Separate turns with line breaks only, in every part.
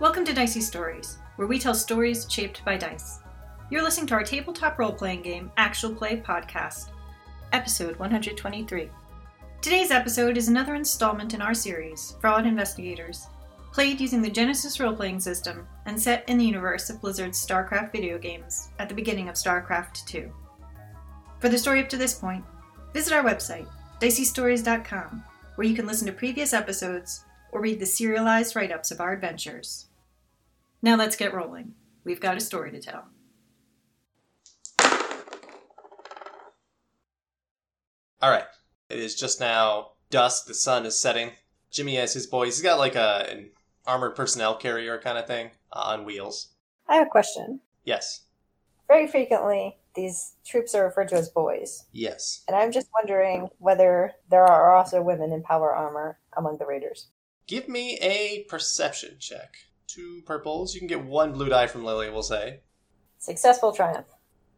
Welcome to Dicey Stories, where we tell stories shaped by dice. You're listening to our tabletop role playing game, Actual Play Podcast, episode 123. Today's episode is another installment in our series, Fraud Investigators, played using the Genesis role playing system and set in the universe of Blizzard's StarCraft video games at the beginning of StarCraft II. For the story up to this point, visit our website, diceystories.com, where you can listen to previous episodes or read the serialized write ups of our adventures. Now let's get rolling. We've got a story to tell.
All right. It is just now dusk. The sun is setting. Jimmy has his boys. He's got like a an armored personnel carrier kind of thing on wheels.
I have a question.
Yes.
Very frequently, these troops are referred to as boys,
Yes.
and I'm just wondering whether there are also women in power armor among the raiders.
Give me a perception check. Two purples. You can get one blue die from Lily, we'll say.
Successful triumph.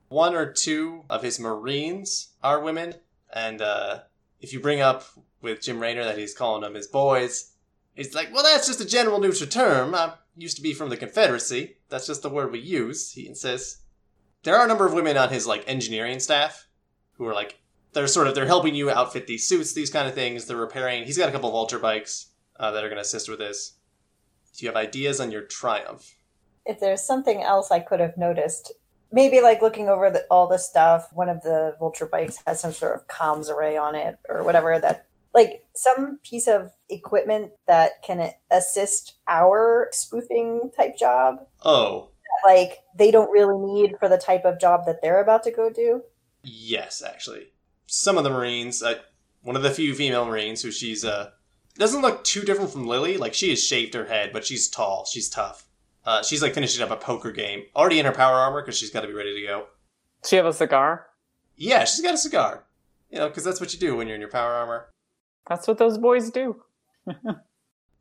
One or two of his Marines are women. And uh, if you bring up with Jim Raynor that he's calling them his boys, he's like, well, that's just a general neutral term. I used to be from the Confederacy. That's just the word we use, he insists. There are a number of women on his like engineering staff who are like they're sort of they're helping you outfit these suits, these kind of things. They're repairing. He's got a couple of vulture bikes uh, that are going to assist with this. Do you have ideas on your triumph?
If there's something else I could have noticed, maybe like looking over the, all the stuff, one of the vulture bikes has some sort of comms array on it or whatever that like some piece of equipment that can assist our spoofing type job
Oh,
like they don't really need for the type of job that they're about to go do
Yes, actually, some of the Marines. Uh, one of the few female Marines who she's uh doesn't look too different from Lily. Like she has shaved her head, but she's tall. She's tough. Uh, she's like finishing up a poker game, already in her power armor because she's got to be ready to go.
Does she have a cigar?
Yeah, she's got a cigar. You know, because that's what you do when you're in your power armor.
That's what those boys do.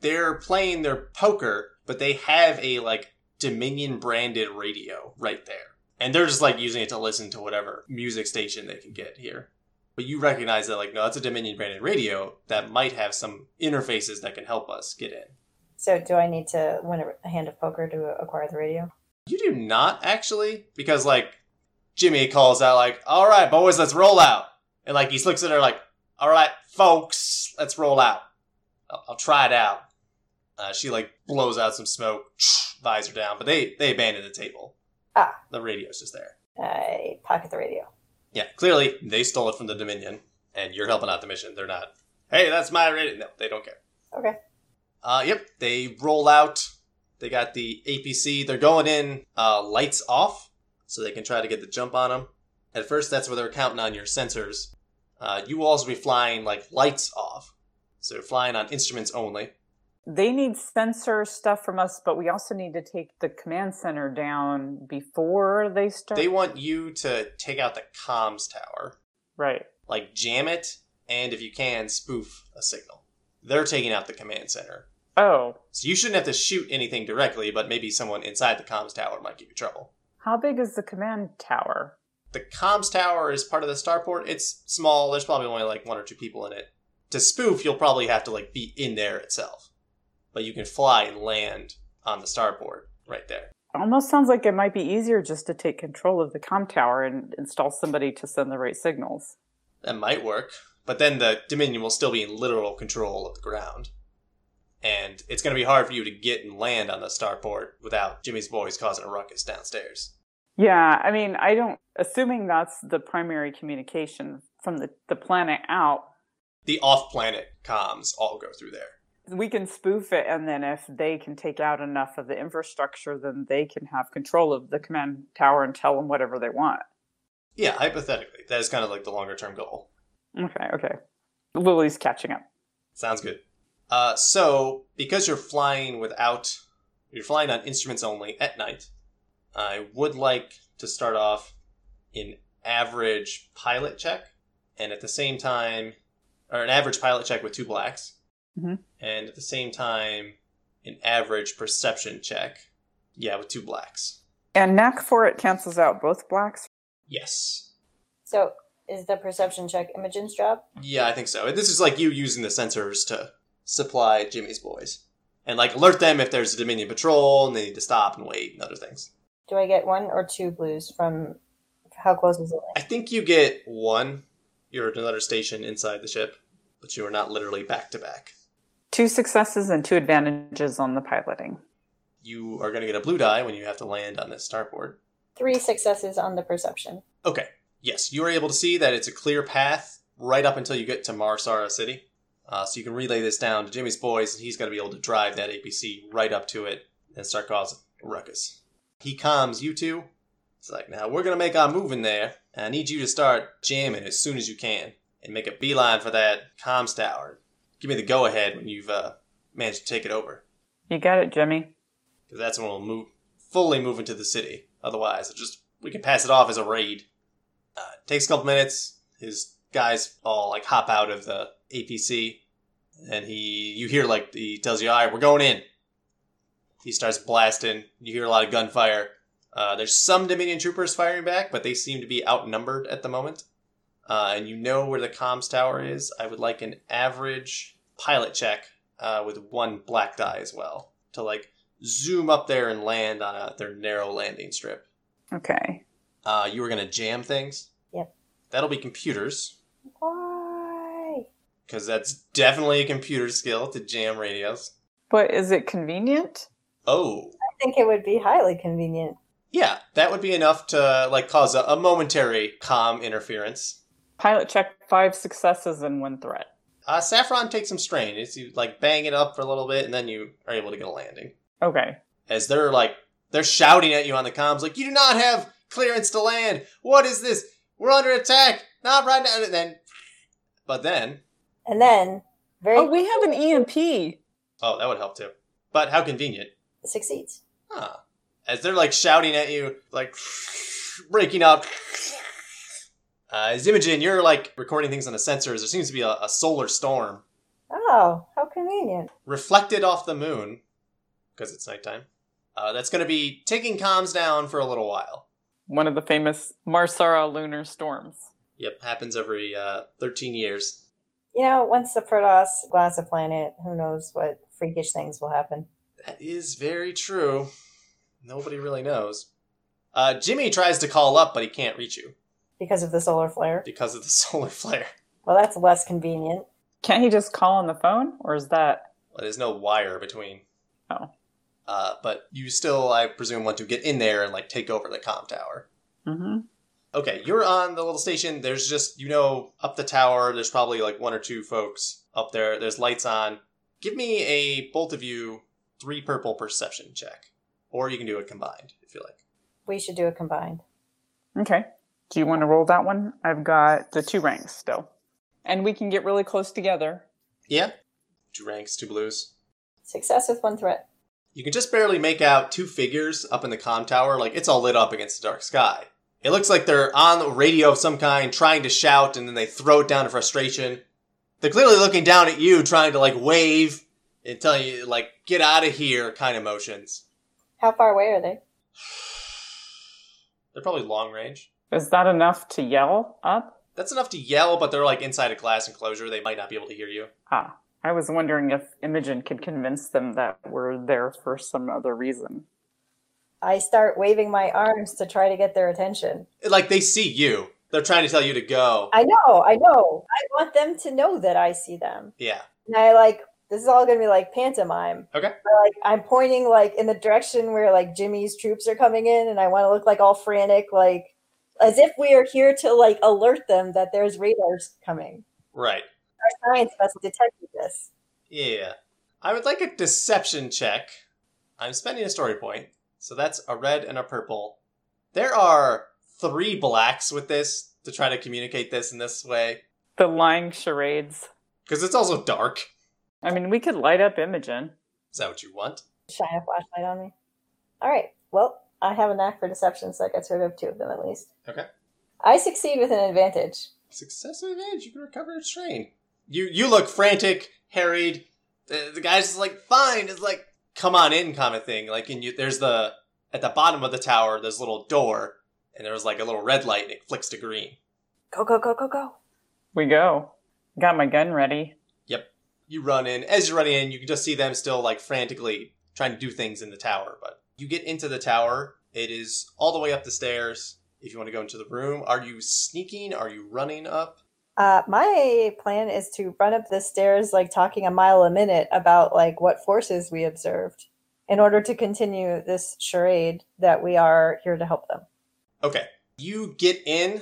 They're playing their poker, but they have a like Dominion branded radio right there, and they're just like using it to listen to whatever music station they can get here. But you recognize that, like, no, that's a Dominion branded radio that might have some interfaces that can help us get in.
so do i need to win a hand of poker to acquire the radio
You do not actually, because like Jimmy calls out, like, "All right, boys, let's roll out," and like he looks at her, like, "All right, folks, let's roll out. I'll, I'll try it out." Uh, she like blows out some smoke, visor down, but they they abandon the table.
Ah.
the radio's just there.
i pocket the radio
Yeah, clearly they stole it from the Dominion, and you're helping out the mission. They're not. Hey, that's my radio. No, they don't care.
okay
Uh, yep, they roll out. They got the APC. They're going in uh, lights off, so they can try to get the jump on them. At first, that's where they're counting on your sensors. Uh, you will also be flying like lights off, so you're flying on instruments only.
They need sensor stuff from us, but we also need to take the command center down before they start.
They want you to take out the comms tower,
right.
like jam it, and if you can, spoof a signal. They're taking out the command center,
Oh,
so you shouldn't have to shoot anything directly, but maybe someone inside the comms tower might give you trouble.
how big is the command tower?
the comms tower is part of the starport. It's small. There's probably only like one or two people in it. To spoof, you'll probably have to like be in there itself, but you can fly and land on the starport right there.
Almost sounds like it might be easier just to take control of the comm tower and install somebody to send the right signals.
That might work, but then the Dominion will still be in literal control of the ground, and it's going to be hard for you to get and land on the starport without Jimmy's boys causing a ruckus downstairs.
Yeah, I mean, I don't. Assuming that's the primary communication from the, the planet out,
The off-planet comms all go through there.
we can spoof it and then if they can take out enough of the infrastructure then they can have control of the command tower and tell them whatever they want
Yeah, hypothetically, that is kind of like the longer-term goal.
okay okay lily's catching up
Sounds good. Uh, so, because you're flying without, you're flying on instruments only at night, I would like to start off an average pilot check, and at the same time, or an average pilot check with two blacks,
Mhm.
and at the same time, an average perception check, yeah, with two blacks.
and knack for it cancels out both blacks
Yes.
so is the perception check imogen's job
Yeah, I think so. This is like you using the sensors to supply Jimmy's boys. and like alert them if there's a Dominion patrol and they need to stop and wait and other things.
Do I get one or two blues from how close is it?
I think you get one. You're at another station inside the ship, but you are not literally back to back.
Two successes and two advantages on the piloting.
You are going to get a blue die when you have to land on this starboard.
Three successes on the perception.
Okay. Yes, you are able to see that it's a clear path right up until you get to Marsara City. Uh, so you can relay this down to Jimmy's boys, and he's going to be able to drive that APC right up to it and start causing a ruckus. He calms you two. It's like, now we're going to make our move in there, and I need you to start jamming as soon as you can and make a beeline for that comms tower. Give me the go ahead when you've uh, managed to take it over,
You got it, Jimmy.
because that's when we'll move fully move into the city. Otherwise, it just we can pass it off as a raid. Uh, it takes a couple minutes. His guys all like hop out of the APC, and he you hear like he tells you, "All right, we're going in." He starts blasting. You hear a lot of gunfire. Uh, there's some Dominion troopers firing back, but they seem to be outnumbered at the moment. Uh, and you know where the comms tower is. I would like an average pilot check uh, with one black die as well to like zoom up there and land on a, their narrow landing strip.
Okay.
Uh, you were gonna jam things.
Yep.
That'll be computers
Why?
because that's definitely a computer skill to jam radios.
But is it convenient?
Oh,
I think it would be highly convenient.
yeah, that would be enough to like cause a, a momentary calm interference.
Pilot check five successes and one threat.
Uh, Saffron takes some strain. It's you like bang it up for a little bit, and then you are able to get a landing.
Okay.
as they're like they're shouting at you on the comms like you do not have clearance to land what is this we're under attack not right now and then but then
And then, very
Oh, we have an EMP.
oh that would help too but how convenient
succeeds.
huh as they're like shouting at you like breaking up uh, as Imogen, you're like recording things on the sensors. There seems to be a, a solar storm
Oh, how convenient.
reflected off the moon because it's nighttime. Uh, that's going to be taking comms down for a little while.
One of the famous Marsara lunar storms.
Yep, happens every uh, 13 years.
You know, once the Protoss glass a planet, who knows what freakish things will happen.
That is very true. Nobody really knows. Uh, Jimmy tries to call up, but he can't reach you
Because of the solar flare.
because of the solar flare.
Well, that's less convenient.
Can't he just call on the phone, or is that
Well, there's no wire between.
Oh.
Uh, but you still, I presume, want to get in there and like take over the comm tower.
mm-hmm.
Okay, you're on the little station. There's just you know up the tower. There's probably like one or two folks up there. There's lights on. Give me a both of you three purple perception check, or you can do it combined if you like.
We should do it combined.
okay? Do you want to roll that one? I've got the two ranks still, and we can get really close together.
Yeah. Two ranks, two blues.
Success with one threat.
You can just barely make out two figures up in the comm tower. Like, it's all lit up against the dark sky. It looks like they're on a radio of some kind, trying to shout, and then they throw it down in frustration. They're clearly looking down at you, trying to, like, wave and tell you, like, get out of here kind of motions.
How far away are they?
They're probably long range.
Is that enough to yell up?
That's enough to yell, but they're, like, inside a glass enclosure. They might not be able to hear you.
Ah, I was wondering if Imogen could convince them that we're there for some other reason.
I start waving my arms to try to get their attention.
Like, they see you. They're trying to tell you to go.
I know, I know. I want them to know that I see them.
Yeah.
And I like this is all gonna be like pantomime.
Okay.
But, like I'm pointing like in the direction where like Jimmy's troops are coming in, and I want to look like all frantic, like as if we are here to like alert them that there's radars coming.
Right.
Our science must detect this.
Yeah. I would like a deception check. I'm spending a story point, so that's a red and a purple. There are three blacks with this to try to communicate this in this way,
The lying charades.
because it's also dark.
I mean, we could light up Imogen.
Is that what you want?
Shine a flashlight on me. All right. Well, I have a knack for deception, so I gets rid of two of them at least.
Okay.
I succeed with an advantage.
Success with advantage. You can recover a train. You you look frantic, harried. The, the guy's just like, fine. It's like, come on in, kind of thing. Like, and you there's the at the bottom of the tower. There's a little door, and there was like a little red light, and it flicks to green.
Go go go go go.
We go. Got my gun ready.
You run in. As you're running in, you can just see them still like frantically trying to do things in the tower. But you get into the tower. It is all the way up the stairs. If you want to go into the room, are you sneaking? Are you running up?
Uh, my plan is to run up the stairs, like talking a mile a minute about like what forces we observed, in order to continue this charade that we are here to help them.
Okay. You get in.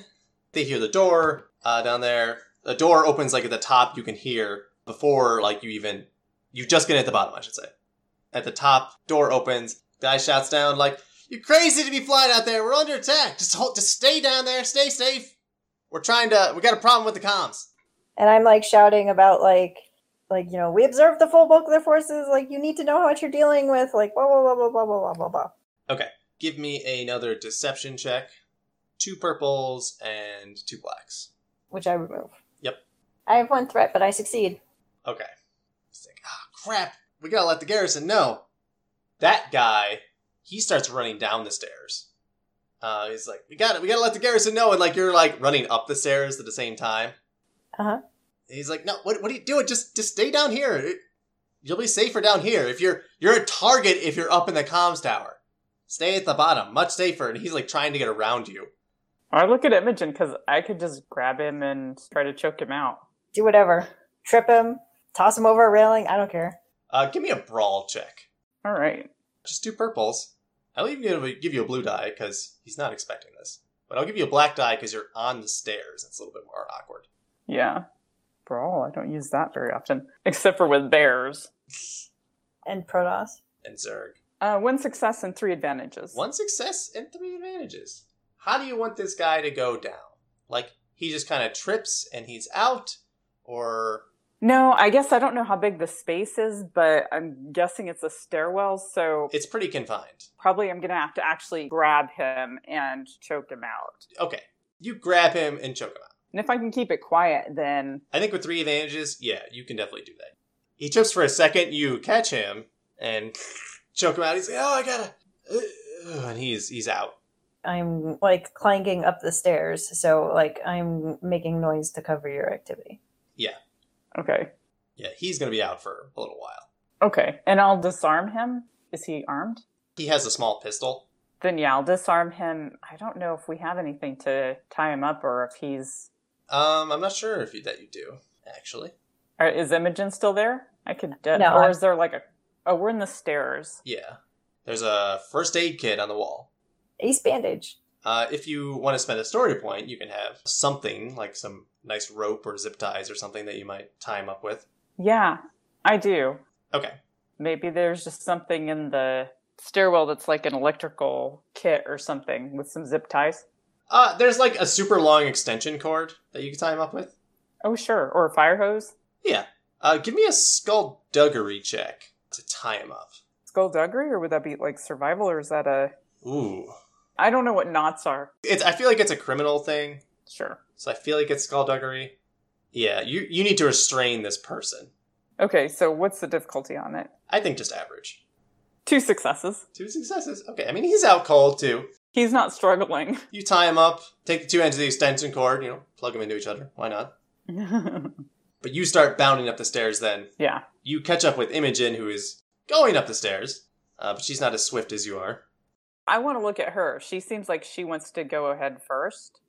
They hear the door uh, down there. The door opens like at the top. You can hear before like you even you just get in at the bottom. I should say. At the top, door opens. Guy shouts down like, "You're crazy to be flying out there. We're under attack. Just hold, just stay down there. Stay safe. We're trying to. We got a problem with the comms."
and I'm like shouting about like like you know we observed the full bulk of their forces. Like you need to know how much you're dealing with. Like blah blah blah blah blah blah blah blah blah.
Give me another deception check. Two purples and two blacks.
Which I remove.
Yep.
I have one threat, but I succeed.
Okay. It's like, ah, crap. We gotta let the garrison know. That guy, he starts running down the stairs. Uh, he's like, we gotta, we gotta let the garrison know, and like you're like running up the stairs at the same time.
Uh-huh.
And he's like, no, what, what are you doing? Just, just stay down here. It- you'll be safer down here. If you're, you're a target if you're up in the comms tower. Stay at the bottom, much safer. And he's like trying to get around you.
I look at Imogen because I could just grab him and try to choke him out.
Do whatever. Trip him. Toss him over a railing. I don't care.
Uh, give me a brawl check.
All right.
just two purples. I'll even give you- give you a blue die because he's not expecting this. But I'll give you a black die because you're on the stairs. It's a little bit more awkward.
Yeah. Brawl. I don't use that very often, except for with bears.
And Protoss.
And Zerg.
Uh, one success and three advantages.
One success and three advantages. How do you want this guy to go down? Like, he just kind of trips and he's out? Or.
No, I guess I don't know how big the space is, but I'm guessing it's a stairwell, so
It's pretty confined.
probably I'm gonna have to actually grab him and choke him out.
Okay. You grab him and choke him out.
And if I can keep it quiet, then
I think with three advantages, yeah, you can definitely do that. He trips for a second, you catch him and choke him out. He's like, oh, I gotta. And he's he's out.
I'm like clanging up the stairs, so like I'm making noise to cover your activity.
okay,
Yeah, he's going to be out for a little while.
okay, and I'll disarm him. Is he armed?
He has a small pistol.
Then yeah, I'll disarm him. I don't know if we have anything to tie him up or if he's.
Um, I'm not sure if you, that you do actually.
Or uh, is Imogen still there? I could. De-
No,
or
I-
is there like a? Oh, we're in the stairs.
Yeah, there's a first aid kit on the wall.
Ace bandage.
Uh, if you want to spend a story point, you can have something like some nice rope or zip ties or something that you might tie him up with.
Yeah, I do.
Okay,
Maybe there's just something in the stairwell that's like an electrical kit or something with some zip ties.
uh, there's like a super long extension cord that you can tie him up with.
Oh, sure. Or a fire hose.
Uh, give me a skullduggery check to tie him up.
Skullduggery, or would that be like survival, or is that a.
Ooh,
I don't know what knots are.
it's. I feel like it's a criminal thing,
Sure.
so I feel like it's skullduggery. Yeah, you you need to restrain this person.
Okay, so what's the difficulty on it?
I think just average.
Two successes.
Two successes. Okay, I mean he's out cold too.
He's not struggling.
You tie him up, take the two ends of the extension cord, you know, plug them into each other. Why not?
yeah.
But you start bounding up the stairs. Then you catch up with Imogen, who is going up the stairs, uh, but she's not as swift as you are.
I want to look at her. She seems like she wants to go ahead first.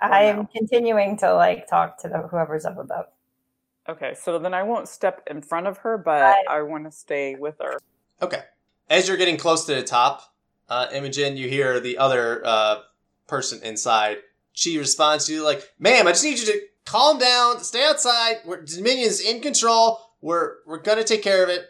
I'm
no.
continuing to like talk to the, whoever's up above.
Okay, so then I won't step in front of her, but
Right.
I want to stay with her.
As you're getting close to the top, uh, Imogen, you hear the other uh, person inside. She responds to you like, "Ma'am, I just need you to calm down, stay outside. We're Dominion's in control. We're we're gonna take care of it.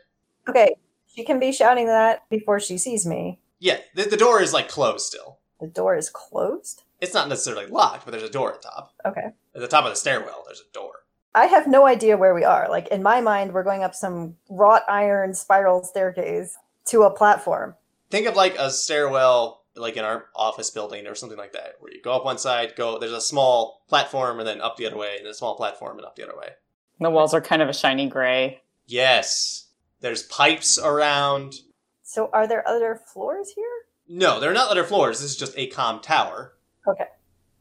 Okay, she can be shouting that before she sees me.
Yeah, the, the door is like closed still.
The door is closed.
It's not necessarily locked, but there's a door at the top.
Okay.
At the top of the stairwell, there's a door.
I have no idea where we are. Like in my mind, we're going up some wrought iron spiral staircase to a platform.
Think of like a stairwell, like in our office building or something like that, where you go up one side, go there's a small platform, and then up the other way, and then a small platform, and up the other way.
The walls are kind of a shiny gray.
Yes, there's pipes around.
So, are there other floors here?
No, there are not other floors. This is just a com tower.
Okay.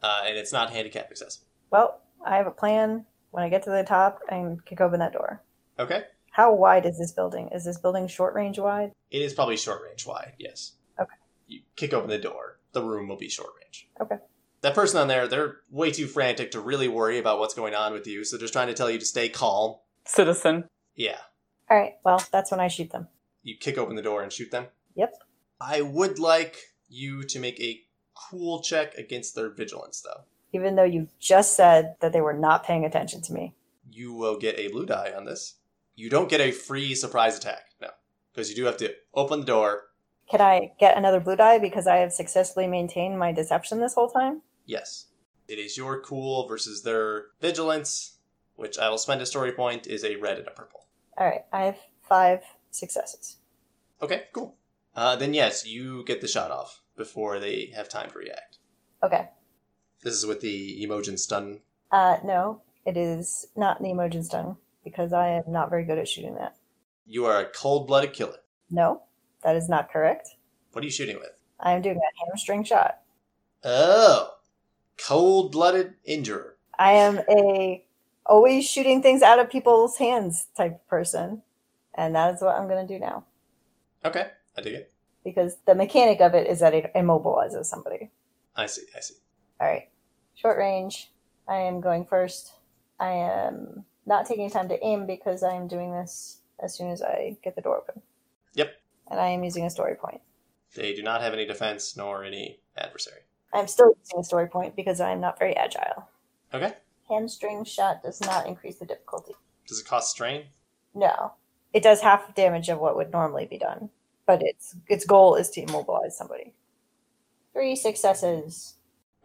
Uh, and it's not handicap accessible.
Well, I have a plan. When I get to the top, I can kick open that door.
Okay.
How wide is this building? Is this building short range wide?
It is probably short range wide, yes.
Okay.
You kick open the door, the room will be short range.
Okay.
That person on there, they're way too frantic to really worry about what's going on with you, so they're just trying to tell you to stay calm.
Citizen.
Yeah.
All right. Well, that's when I shoot them.
You kick open the door and shoot them?
Yep.
I would like you to make a cool check against their vigilance, though.
Even though you just said that they were not paying attention to me.
You will get a blue die on this. You don't get a free surprise attack, no. Because you do have to open the door.
Can I get another blue die because I have successfully maintained my deception this whole time?
Yes. It is your cool versus their vigilance, which I will spend a story point, is a red and a purple.
All right. I have five successes.
Okay, cool. Uh, then yes, you get the shot off before they have time to react.
Okay.
This is with the emojin stun.
Uh, no, it is not Nemojin stun because I am not very good at shooting that.
You are a cold-blooded killer.
No, that is not correct.
What are you shooting with?
I am doing a hamstring shot.
Oh, cold-blooded injurer.
I am a always shooting things out of people's hands type of person, and that is what I'm going to do now
Okay, I dig it.
because the mechanic of it is that it immobilizes somebody.
I see. I see.
All right, short range. I am going first. I am not taking time to aim because I am doing this as soon as I get the door open.
Yep.
And I am using a story point.
They do not have any defense nor any adversary.
I'm still using a story point because I am not very agile.
Okay.
Hamstring shot does not increase the difficulty.
Does it cost strain?
No, it does half the damage of what would normally be done, but its its goal is to immobilize somebody. Three successes,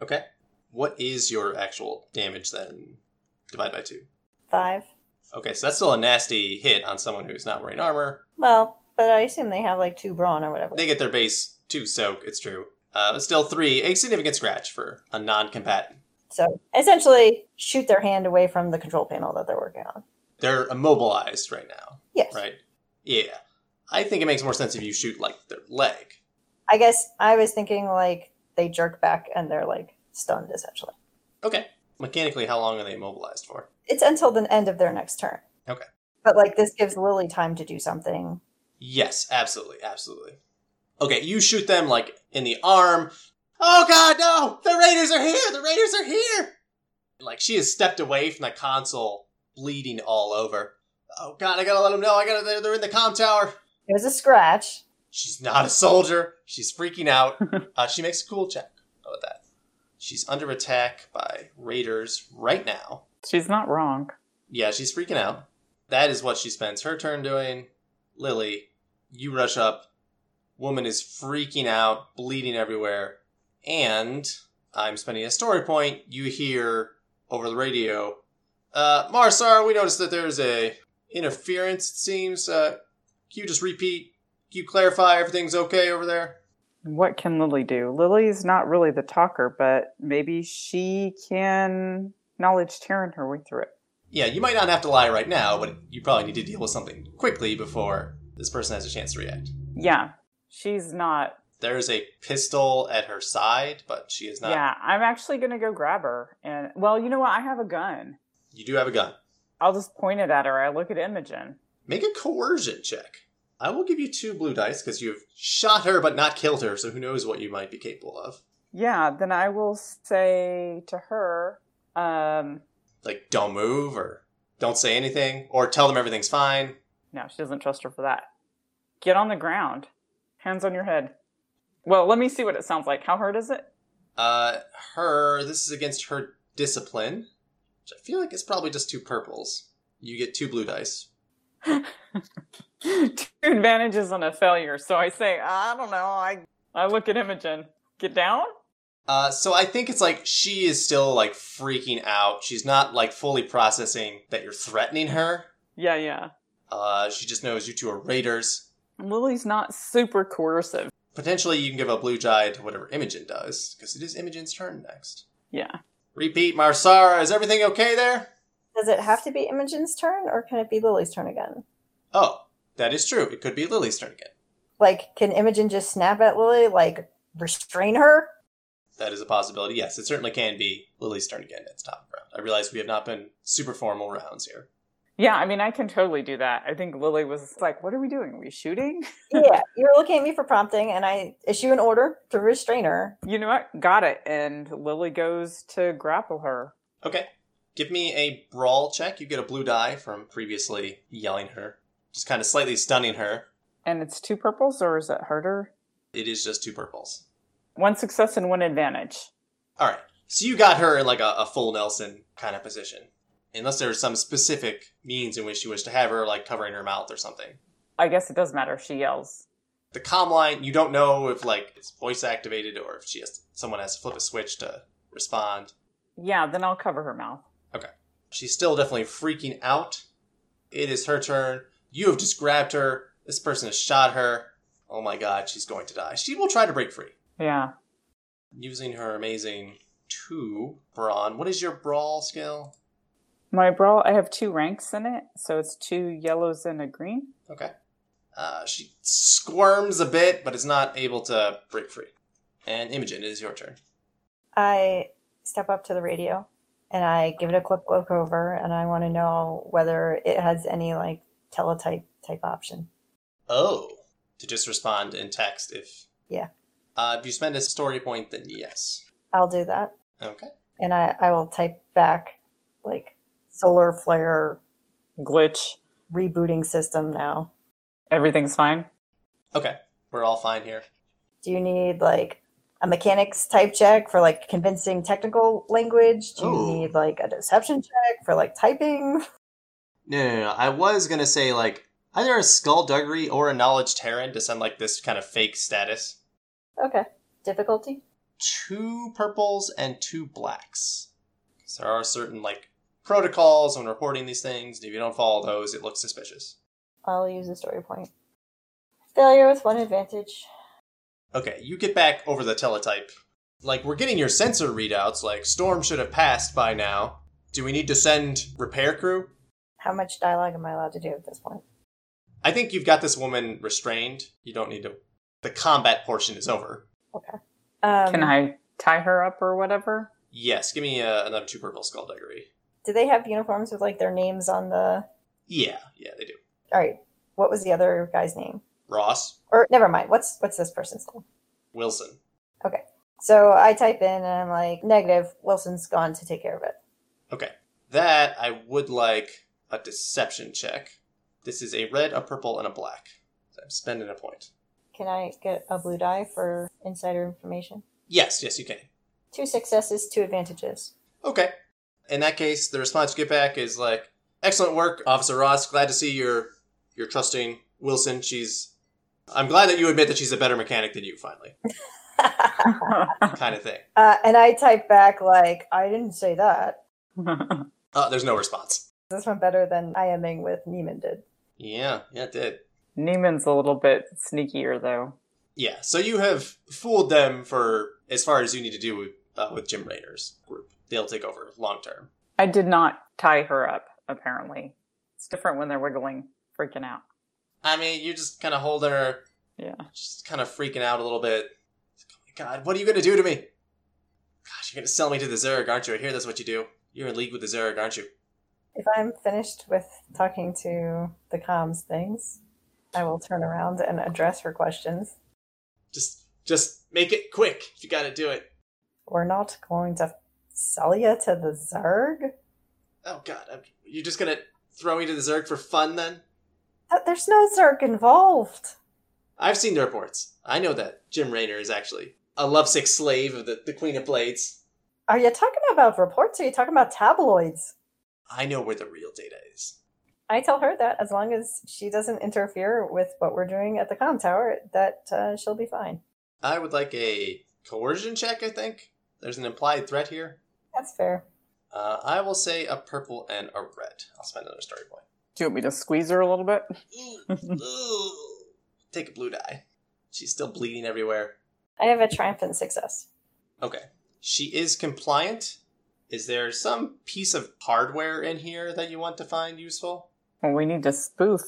Okay. What is your actual damage then? Divide by two.
five.
Okay, so that's still a nasty hit on someone who's not wearing armor.
Well, but I assume they have like two brawn or whatever.
They get their base two soak. It's true. Uh, but still three, a significant scratch for a non-combatant.
so essentially, shoot their hand away from the control panel that they're working on.
They're immobilized right now,
Yes,
right? Yeah, I think it makes more sense if you shoot like their leg.
I guess I was thinking like they jerk back and they're like stunned essentially.
Okay. Mechanically, how long are they immobilized for?
It's until the end of their next turn.
Okay.
But like this gives Lily time to do something.
Yes, absolutely, absolutely. Okay, you shoot them like in the arm. Oh God, no! The raiders are here! The raiders are here! Like she has stepped away from the console, bleeding all over. Oh God, I gotta let them know. I gotta. They're, they're in the comm tower.
It was a scratch.
She's not a soldier. She's freaking out. uh, she makes a cool check. How about that? She's under attack by raiders right now.
She's not wrong.
Yeah, she's freaking out. That is what she spends her turn doing. Lily, you rush up. Woman is freaking out, bleeding everywhere. And I'm spending a story point. You hear over the radio, uh, Marsar, we noticed that there's a interference, it seems. Uh, can you just repeat? Can you clarify everything's okay over there?
What can Lily do? Lily's not really the talker, but maybe she can knowledge Taryn her way through it.
Yeah, you might not have to lie right now, but you probably need to deal with something quickly before this person has a chance to react.
Yeah, she's not.
There is a pistol at her side, but she is not.
Yeah, I'm actually gonna go grab her. And well, you know what? I have a gun.
You do have a gun.
I'll just point it at her. I look at Imogen.
Make a coercion check. I will give you two blue dice because you've shot her but not killed her, so who knows what you might be capable of.
Yeah, then I will say to her, um,
Like, don't move or don't say anything or tell them everything's fine.
no, she doesn't trust her for that. Get on the ground. Hands on your head. Well, let me see what it sounds like. How hard is it?
Uh, her, this is against her discipline, which I feel like is probably just two purples. You get two blue dice.
Two advantages and a failure. So I say, I don't know. I I look at Imogen. Get down?
Uh, so I think it's like she is still like freaking out. She's not like fully processing that you're threatening her.
Yeah, yeah.
Uh, she just knows you two are raiders.
Lily's not super coercive.
Potentially, you can give a blue jai to whatever Imogen does, because it is Imogen's turn next.
Yeah.
Repeat, Marsara, is everything okay there?
Does it have to be Imogen's turn or can it be Lily's turn again?
Oh, that is true. It could be Lily's turn again.
Like, can Imogen just snap at Lily, like restrain her?
That is a possibility. Yes, it certainly can be Lily's turn again at the top of the round. I realize we have not been super formal rounds here.
Yeah, I mean, I can totally do that. I think Lily was like, "What are we doing? Are we shooting?"
yeah, you were looking at me for prompting, and I issue an order to restrain her.
You know what? Got it. And Lily goes to grapple her.
Okay. Give me a brawl check. You get a blue die from previously yelling her, just kind of slightly stunning her.
And it's two purples, or is it harder?
It is just two purples.
One success and one advantage.
All right. So you got her in like a, a full Nelson kind of position, unless there was some specific means in which you wish to have her, like covering her mouth or something.
I guess it does matter if she yells.
The comm line, you don't know if like it's voice activated or if she has someone has to flip a switch to respond.
Yeah, then I'll cover her mouth.
She's still definitely freaking out. It is her turn. You have just grabbed her. This person has shot her. Oh my god, she's going to die. She will try to break free.
Yeah.
Using her amazing two brawn. What is your brawl skill?
My brawl, I have two ranks in it, so it's two yellows and a green.
Okay. Uh, she squirms a bit, but is not able to break free. And Imogen, it is your turn.
I step up to the radio and I give it a quick look over, and I want to know whether it has any like teletype type option.
Oh. To just respond in text if.
Yeah.
Uh, if you spend a story point, then yes.
I'll do that,
Okay.
and I I will type back like solar flare
Glitch.
rebooting system now.
Everything's fine.
Okay. We're all fine here.
Do you need like a mechanics type check for like convincing technical language? Do you
Ooh.
need like a deception check for like typing?
No, no, no. I was gonna say like either a skullduggery or a knowledge Terran to send like this kind of fake status.
Okay. Difficulty?
Two purples and two blacks. 'Cause there are certain like protocols when reporting these things. and If you don't follow those, it looks suspicious.
I'll use a story point. Failure with one advantage.
Okay, you get back over the teletype. Like we're getting your sensor readouts. Like storm should have passed by now. Do we need to send repair crew?
How much dialogue am I allowed to do at this point?
I think you've got this woman restrained. You don't need to. The combat portion is over.
Um,
Can I tie her up or whatever?
Yes, give me uh, another two purple skullduggery.
Do they have uniforms with like their names on the.
Yeah, yeah, they do.
All right. What was the other guy's name?
Ross
Or never mind. What's what's this person's name?
Wilson.
So I type in and I'm like, negative. Wilson's gone to take care of it.
Okay, that I would like a deception check. This is a red, a purple, and a black. So I'm spending a point.
Can I get a blue die for insider information?
Yes, yes, you can.
Two successes, two advantages.
Okay. In that case, the response you get back is like, "Excellent work, Officer Ross. Glad to see you're you're trusting Wilson. She's I'm glad that you admit that she's a better mechanic than you, finally, kind of thing."
Uh, and I type back like, I didn't say that.
Uh, there's no response.
This one better than I aming with Neiman did.
Yeah, yeah, it did.
Neiman's a little bit sneakier, though.
Yeah, so you have fooled them for as far as you need to do with, uh, with Jim Rainer's group. They'll take over long term.
I did not tie her up, apparently. It's different when they're wiggling, freaking out.
I mean, you just kind of hold her,
Yeah.
just kind of freaking out a little bit. It's like, oh my god, what are you going to do to me? Gosh, you're going to sell me to the Zerg, aren't you? I hear that's what you do. You're in league with the Zerg, aren't you?
If I'm finished with talking to the comms things, I will turn around and address her questions.
Just just make it quick if you got to do it.
We're not going to sell you to the Zerg.
Oh god, I'm, you're just going to throw me to the Zerg for fun then?
Th- Uh, There's no Zerg involved.
I've seen the reports. I know that Jim Raynor is actually a lovesick slave of the, the Queen of Blades.
Are you talking about reports? Or are you talking about tabloids?
I know where the real data is.
I tell her that as long as she doesn't interfere with what we're doing at the comm tower, that uh, she'll be fine.
I would like a coercion check, I think. There's an implied threat here.
That's fair.
Uh, I will say a purple and a red. I'll spend another story point.
Do you want me to squeeze her a little bit?
Ooh, ooh. Take a blue die. She's still bleeding everywhere.
I have a triumphant success.
Okay. She is compliant. Is there some piece of hardware in here that you want to find useful?
Well, we need to spoof.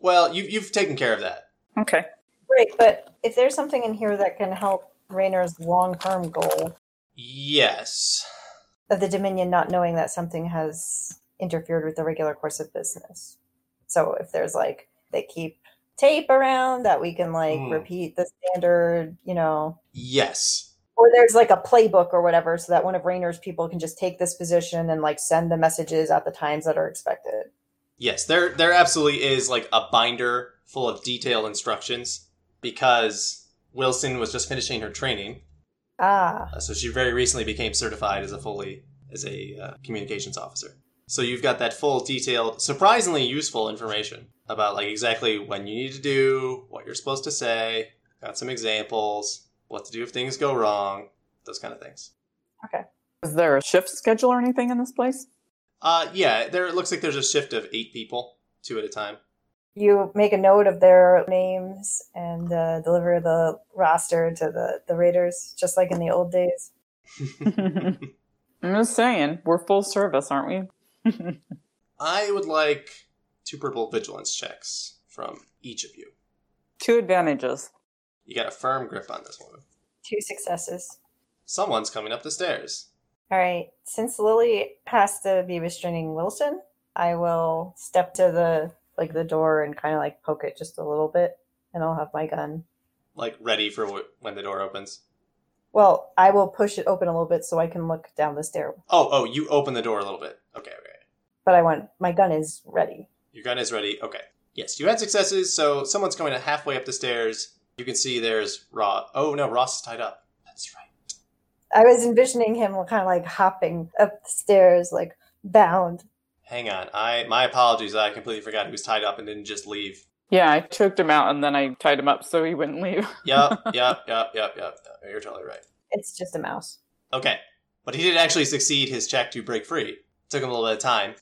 Well, you, you've taken care of that.
Okay.
Right, but if there's something in here that can help Rayner's long term goal
Yes.
of the Dominion not knowing that something has interfered with the regular course of business. So if there's like they keep tape around that we can like
Hmm.
repeat the standard, you know,
Yes.
or there's like a playbook or whatever so that one of Rayner's people can just take this position and like send the messages at the times that are expected.
Yes, there there absolutely is like a binder full of detailed instructions because Wilson was just finishing her training,
Ah,
uh, so she very recently became certified as a fully as a uh, communications officer. So you've got that full detailed, surprisingly useful information about like exactly when you need to do, what you're supposed to say, got some examples, what to do if things go wrong, those kind of things.
Is there a shift schedule or anything in this place?
Uh yeah, there it looks like there's a shift of 8 people, two at a time.
you make a note of their names and uh, deliver the roster to the the raiders just like in the old days.
I'm just saying, we're full service, aren't we?
I would like two purple vigilance checks from each of you.
Two advantages.
You got a firm grip on this one.
Two successes.
Someone's coming up the stairs.
All right. Since Lily has to be restraining Wilson, I will step to the like the door and kind of like poke it just a little bit, and I'll have my gun.
Like ready for wh- when the door opens.
Well, I will push it open a little bit so I can look down the stair.
Oh, oh, you open the door a little bit. Okay, okay.
But I want my gun is ready.
Your gun is ready. Okay. Yes, you had successes, so someone's coming halfway up the stairs. You can see there's Ross. Oh, no, Ross is tied up. That's right.
I was envisioning him kind of like hopping up the stairs, like bound.
Hang on. I my apologies. I completely forgot he was tied up and didn't just leave.
Yeah, I choked him out and then I tied him up so he wouldn't leave.
Yup, yup, yup, yup, yup. You're totally right.
It's just a mouse.
Okay. But he did actually succeed his check to break free. took him a little bit of time.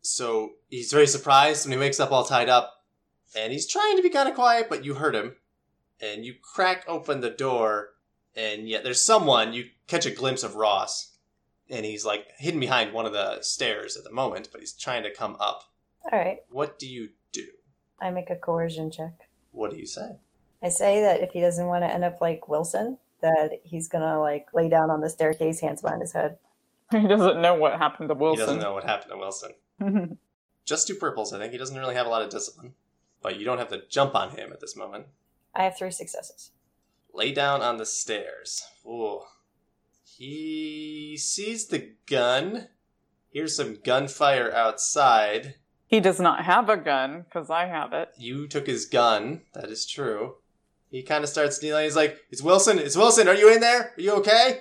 So he's very surprised when he wakes up all tied up. And he's trying to be kind of quiet, but you heard him. And you crack open the door, and yet there's someone. You catch a glimpse of Ross. And he's like hidden behind one of the stairs at the moment, but he's trying to come up.
All right.
What do you do?
I make a coercion check.
What do you say?
I say that if he doesn't want to end up like Wilson, that he's gonna like lay down on the staircase, hands behind his head.
He doesn't know what happened to
He doesn't
Wilson.
know what happened to Wilson. Just two purples. I think he doesn't really have a lot of discipline. But you don't have to jump on him at this moment.
I have three successes.
lay down on the stairs. Ooh. He sees the gun. Hears some gunfire outside.
he does not have a gun because I have it.
You took his gun. That is true. He kind of starts kneeling. He's like, It's Wilson. It's Wilson. Are you in there? Are you okay?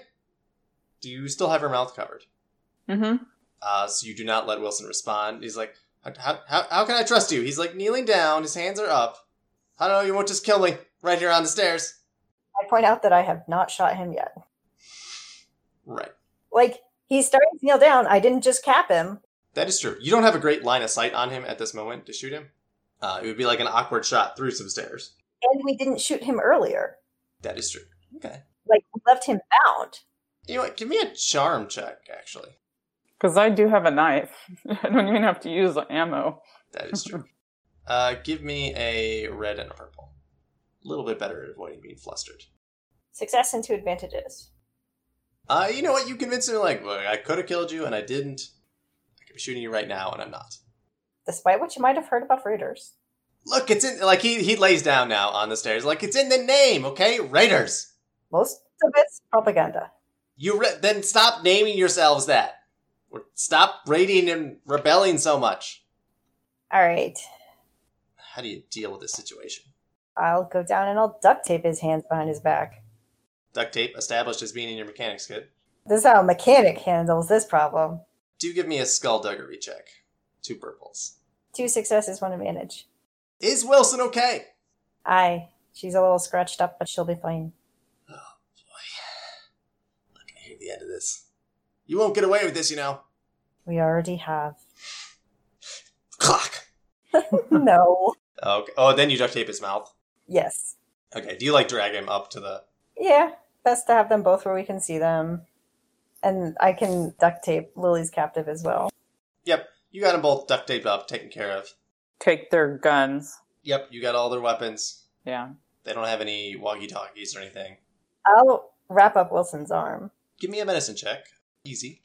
Do you still have her mouth covered?
Mm-hmm.
Uh, so you do not let Wilson respond. He's like, how, how, how, how can I trust you? He's like kneeling down. His hands are up. I don't know. You won't just kill me right here on the stairs.
I point out that I have not shot him yet.
Right.
Like he's starting to kneel down. I didn't just cap him.
That is true. You don't have a great line of sight on him at this moment to shoot him. Uh, it would be like an awkward shot through some stairs.
And we didn't shoot him earlier.
That is true. Okay.
Like we left him bound.
You know what? Give me a charm check, actually.
Because I do have a knife. I don't even have to use ammo.
That is true. uh, give me a red and a purple. A little bit better at avoiding being flustered.
Success and two advantages.
Uh, you know what? You convinced me, like, well, I could have killed you and I didn't. I could be shooting you right now and I'm not.
Despite what you might have heard about Raiders.
Look, it's in. Like, he, he lays down now on the stairs, like, it's in the name, okay? Raiders!
Most of it's propaganda.
You re- then stop naming yourselves that. Or stop raiding and rebelling so much.
All right.
How do you deal with this situation?
I'll go down and I'll duct tape his hands behind his back.
Duct tape established as being in your mechanics kit.
This is how a mechanic handles this problem.
Do give me a skullduggery check. Two purples.
Two successes, one advantage.
Is Wilson okay?
Aye. She's a little scratched up, but she'll be fine.
Look, I hear the end of this. You won't get away with this, you know.
We already have.
Clock.
no.
Okay. Oh, then you duct tape his mouth.
Yes.
Okay. Do you like drag him up to the?
Yeah. Best to have them both where we can see them. And I can duct tape Lily's captive as well.
Yep. You got them both duct taped up, taken care of.
Take their guns.
Yep. You got all their weapons.
Yeah.
They don't have any walkie talkies or anything.
I'll wrap up Wilson's arm.
Give me a medicine check. Easy.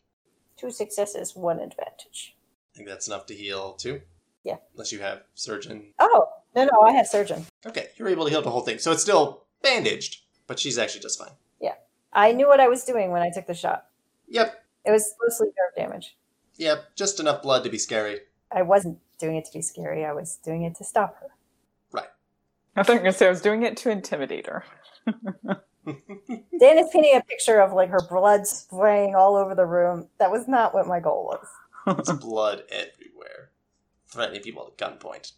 Two successes, one advantage.
I think that's enough to heal too.
Yeah.
Unless you have surgeon.
Oh, no, no, I have surgeon.
Okay, you're able to heal the whole thing. So it's still bandaged, but she's actually just fine.
I knew what I was doing when I took the shot.
Yep,
It was mostly nerve damage.
yep, just enough blood to be scary.
I wasn't doing it to be scary. I was doing it to stop her.
I think I'm gonna say I was doing it to intimidate her.
Dan is painting a picture of like her blood spraying all over the room. That was not what my goal was.
It's blood everywhere, threatening people at gunpoint.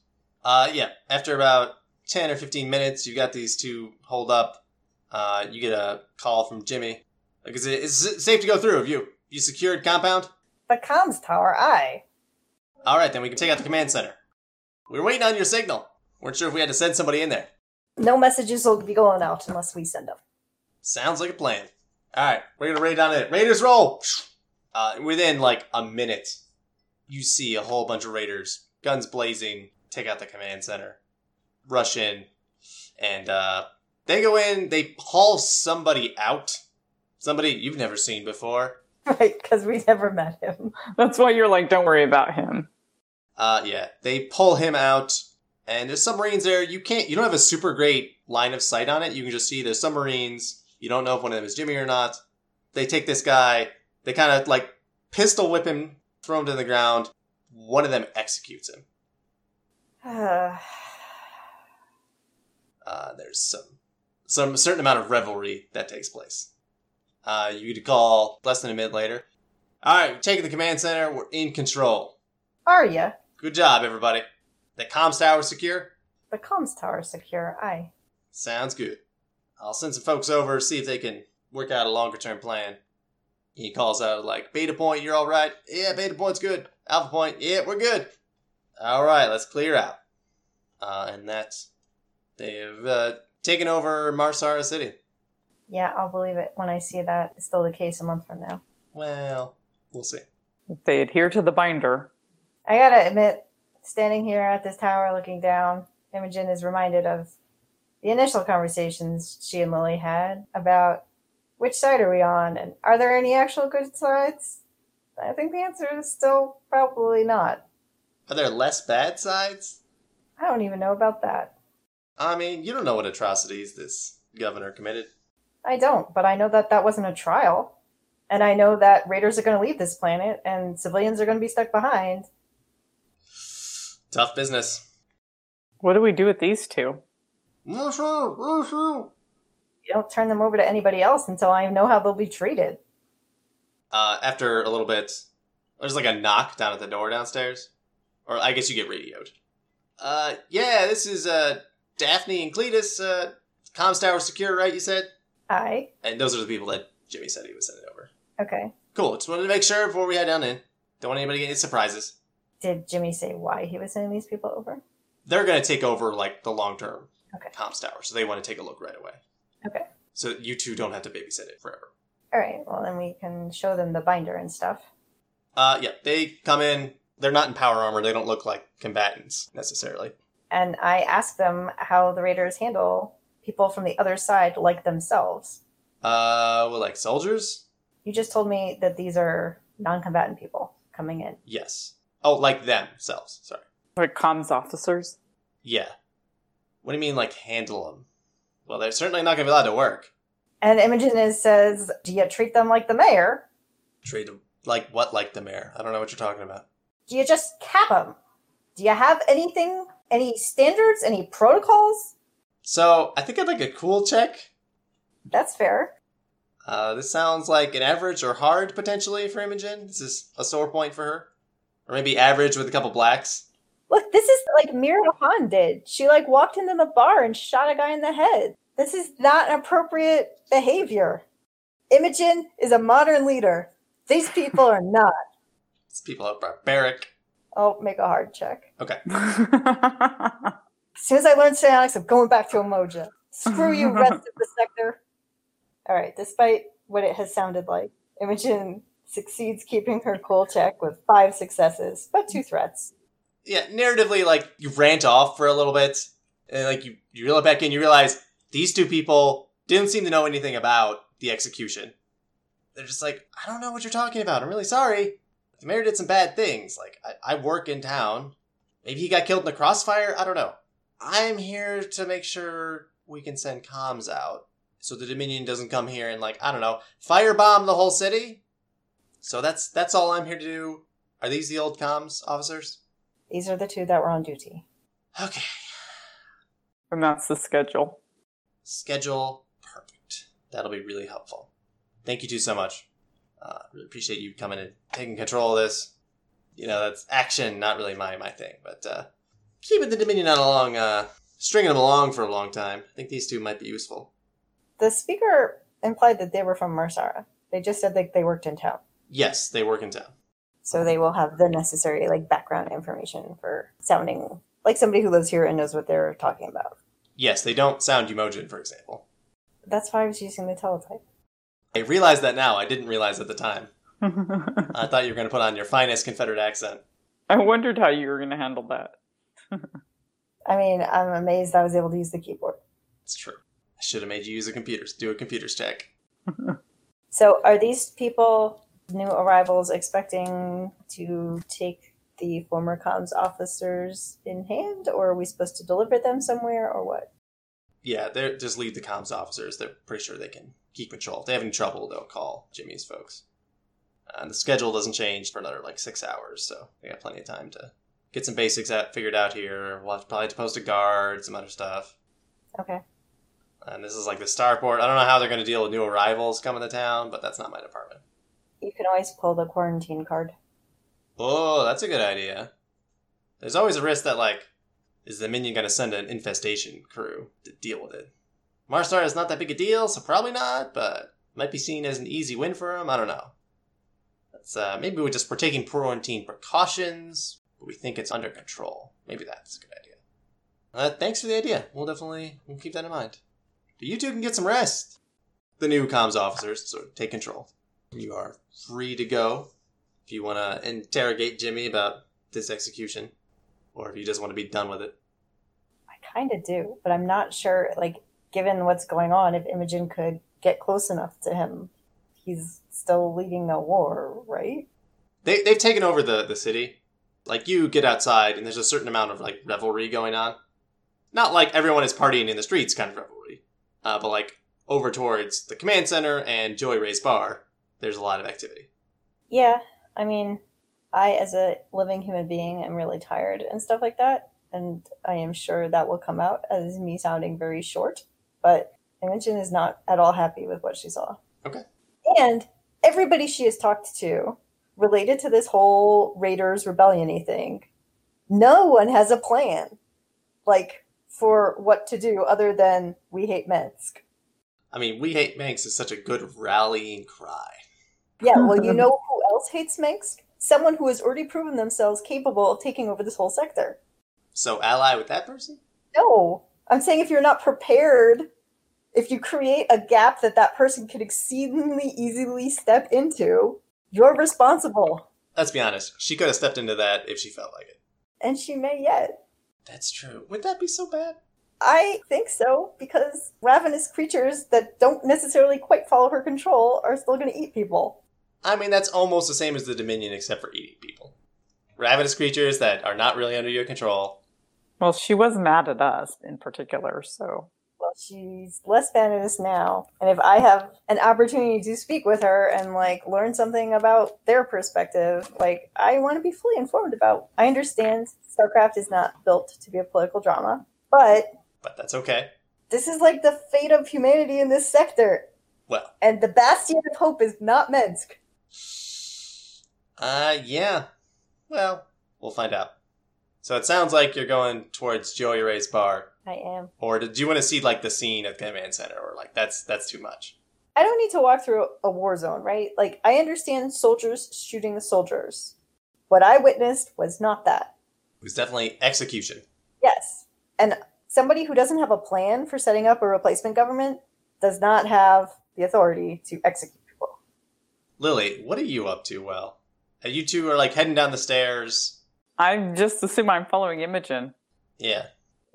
Uh, yeah, after about 10 or 15 minutes, you got these two hold up. Uh, you get a call from Jimmy. Because it, it's safe to go through. Have you, you secured compound?
The comms tower, I.
All right, then we can take out the command center. We were waiting on your signal. Weren't sure if we had to send somebody in there.
No messages will be going out unless we send them.
Sounds like a plan. All right, we're gonna raid on it. Raiders roll. Uh, within like a minute, you see a whole bunch of raiders, guns blazing, take out the command center, rush in, and uh, they go in. They haul somebody out. Somebody you've never seen before.
Right, because we never met him.
That's why you're like, don't worry about him.
Uh, yeah, they pull him out, and there's submarines there. You can't, you don't have a super great line of sight on it. You can just see there's submarines. You don't know if one of them is Jimmy or not. They take this guy. They kind of like pistol whip him, throw him to the ground. One of them executes him.
Uh,
Uh, there's some some certain amount of revelry that takes place. Uh, you get a call less than a minute later. All right, we're taking the command center. We're in control.
are ya?
Good job, everybody. The comms tower is secure.
The comms tower is secure, I.
Sounds good. I'll send some folks over, see if they can work out a longer term plan. He calls out, like, Beta Point, you're all right. Yeah, Beta Point's good. Alpha Point, yeah, we're good. All right, let's clear out. Uh, and that's. They've uh, taken over Marsara City.
Yeah, I'll believe it when I see that it's still the case a month from now.
Well, we'll see.
If they adhere to the binder,
I gotta admit, standing here at this tower looking down, Imogen is reminded of the initial conversations she and Lily had about which side are we on and are there any actual good sides? I think the answer is still probably not.
Are there less bad sides?
I don't even know about that.
I mean, you don't know what atrocities this governor committed.
I don't, but I know that that wasn't a trial. And I know that raiders are going to leave this planet and civilians are going to be stuck behind.
Tough business.
what do we do with these two?
You don't turn them over to anybody else until I know how they'll be treated.
uh, after a little bit, there's like a knock down at the door downstairs, or I guess you get radioed. Uh, yeah, this is uh Daphne and Cletus. Uh, comms tower secure, right? You said,
I.
and those are the people that Jimmy said he was sending over.
Okay.
Cool. Just wanted to make sure before we head down in. Don't want anybody getting any surprises.
Did Jimmy say why he was sending these people over?
They're gonna take over like the long term
Okay.
comms tower, so they want to take a look right away.
Okay.
So you two don't have to babysit it forever.
All right. Well, then we can show them the binder and stuff.
Uh, yeah, they come in. They're not in power armor. They don't look like combatants necessarily.
And I ask them how the raiders handle people from the other side like themselves.
Uh, well, like soldiers?
You just told me that these are non-combatant people coming in.
Yes. Oh, like themselves. Sorry.
Like comms officers?
Yeah. What do you mean, like handle them? Well, they're certainly not going to be allowed to work.
And Imogen is, says, "Do you treat them like the mayor?
Treat them like what? Like the mayor? I don't know what you're talking about.
Do you just cap them? Do you have anything? Any standards? Any protocols?
So I think I'd like a cool check.
That's fair.
Uh, this sounds like an average or hard potentially for Imogen. This is a sore point for her, or maybe average with a couple blacks.
Look, this is like Mira Han did. She like walked into the bar and shot a guy in the head. This is not appropriate behavior. Imogen is a modern leader. These people are not.
These people are barbaric.
Oh, make a hard check.
That's
As soon as I learned psionics, I'm going back to Emoja. Screw you, rest of the sector. All right, despite what it has sounded like, Imogen succeeds keeping her cool check with five successes, but two threats.
yeah, narratively, like you rant off for a little bit, and like you you reel it back in. You realize these two people didn't seem to know anything about the execution. They're just like, I don't know what you're talking about. I'm really sorry. I the mayor did some bad things. Like, I, I work in town. Maybe he got killed in the crossfire? I don't know. I'm here to make sure we can send comms out so the Dominion doesn't come here and, like, I don't know, firebomb the whole city? So that's that's all I'm here to do. Are these the old comms officers?
These are the two that were on duty.
Okay.
And that's the schedule.
Schedule perfect. That'll be really helpful. Thank you two so much. Uh, really appreciate you coming and taking control of this. You know, that's action, not really my my thing, but uh, keeping the Dominion on along, uh, stringing them along for a long time. I think these two might be useful.
The speaker implied that they were from Marsara. They just said that they worked in town.
Yes, they work in town.
So they will have the necessary like background information for sounding like somebody who lives here and knows what they're talking about.
Yes, they don't sound emojin, for example.
That's why I was using the teletype.
I realize that now. I didn't realize at the time. I thought you were going to put on your finest Confederate accent.
I wondered how you were going to handle that.
I mean, I'm amazed I was able to use the keyboard.
It's true. I should have made you use a computer. Do a computer's check.
So are these people new arrivals expecting to take the former comms officers in hand or are we supposed to deliver them somewhere or what?
Yeah, they're just leave the comms officers. They're pretty sure they can keep control. If they have any trouble, they'll call Jimmy's folks. Uh, And the schedule doesn't change for another like six hours, so they got plenty of time to get some basics out figured out here. We'll have to probably post a guard, some other stuff.
Okay.
And this is like the starport. I don't know how they're going to deal with new arrivals coming to town, but that's not my department.
You can always pull the quarantine card.
Oh, that's a good idea. There's always a risk that, like, is the minion going to send an infestation crew to deal with it? Marstar is not that big a deal, so probably not, but might be seen as an easy win for him. I don't know. That's, uh, maybe we're just we're taking quarantine precautions, but we think it's under control. Maybe that's a good idea. Uh, thanks for the idea. We'll definitely we'll keep that in mind. But you two can get some rest. The new comms officers, so take control. You are free to go if you want to interrogate Jimmy about this execution, or if you just want to be done with it.
I kind of do, but I'm not sure, like, given what's going on, if Imogen could get close enough to him. He's still leading the war, right?
They, they've taken over the, the city. Like, you get outside, and there's a certain amount of, like, revelry going on. Not like everyone is partying in the streets kind of revelry, uh, but, like, over towards the command center and Joy Ray's bar, there's a lot of activity.
Yeah, I mean, I, as a living human being, am really tired and stuff like that. And I am sure that will come out as me sounding very short. But Imogen is not at all happy with what she saw.
Okay.
And everybody she has talked to related to this whole Raiders Rebellion thing, no one has a plan, like, for what to do other than we hate Minsk.
I mean, We Hate Manx is such a good rallying cry.
Yeah, well, you know who else hates Minsk? Someone who has already proven themselves capable of taking over this whole sector.
So, ally with that person?
No, I'm saying if you're not prepared, if you create a gap that that person could exceedingly easily step into, you're responsible.
Let's be honest. She could have stepped into that if she felt like it.
And she may yet.
That's true. Would that be so bad?
I think so, because ravenous creatures that don't necessarily quite follow her control are still going to eat people.
I mean, that's almost the same as the Dominion, except for eating people. Ravenous creatures that are not really under your control.
Well, she was mad at us in particular, so.
Well, she's less us now. And if I have an opportunity to speak with her and like learn something about their perspective, like I want to be fully informed about. I understand StarCraft is not built to be a political drama, but
But that's okay.
this is like the fate of humanity in this sector.
Well,
And the bastion of hope is not Minsk.
uh, yeah. Well, we'll find out. So it sounds like you're going towards Joey Ray's bar.
I am.
Or did you want to see, like, the scene at Command Center? Or, like, that's that's too much.
I don't need to walk through a war zone, right? Like, I understand soldiers shooting soldiers. What I witnessed was not that.
It was definitely execution.
Yes. And somebody who doesn't have a plan for setting up a replacement government does not have the authority to execute people.
Lily, what are you up to, well? Uh, You two are, like, heading down the stairs.
I just assume I'm following Imogen.
Yeah.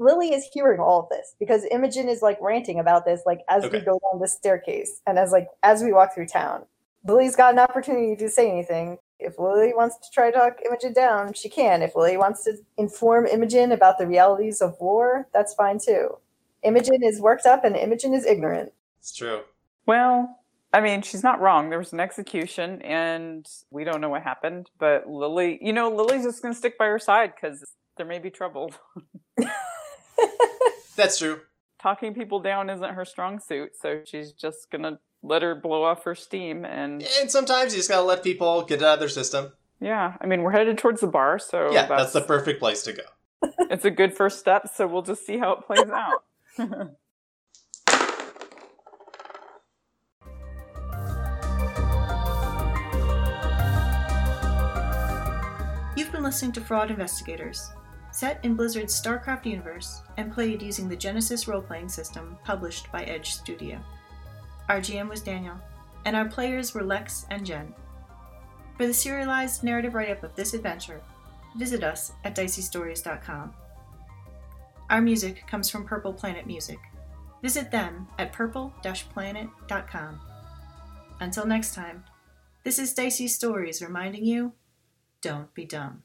Lily is hearing all of this because Imogen is like ranting about this, like as
Okay.
we go down the staircase and as like as we walk through town. Lily's got an opportunity to say anything, If Lily wants to try to talk Imogen down, she can. If Lily wants to inform Imogen about the realities of war, that's fine too. Imogen is worked up and Imogen is ignorant.
It's true.
Well, I mean, she's not wrong. There was an execution, and we don't know what happened. But Lily, you know, Lily's just going to stick by her side because there may be trouble.
That's true.
Talking people down isn't her strong suit, so she's just going to let her blow off her steam. And
And sometimes you just gotta let people get it out of their system.
yeah, I mean, we're headed towards the bar, so
yeah, that's the perfect place to go.
it's a good first step. So we'll just see how it plays out.
You've been listening to Fraud Investigators, set in Blizzard's StarCraft universe and played using the Genesis role playing system published by Edge Studio. Our GM was Daniel, and our players were Lex and Jen. For the serialized narrative write up of this adventure, visit us at diceystories.com. Our music comes from Purple Planet Music. Visit them at purple planet.com. Until next time, this is Dicey Stories reminding you don't be dumb.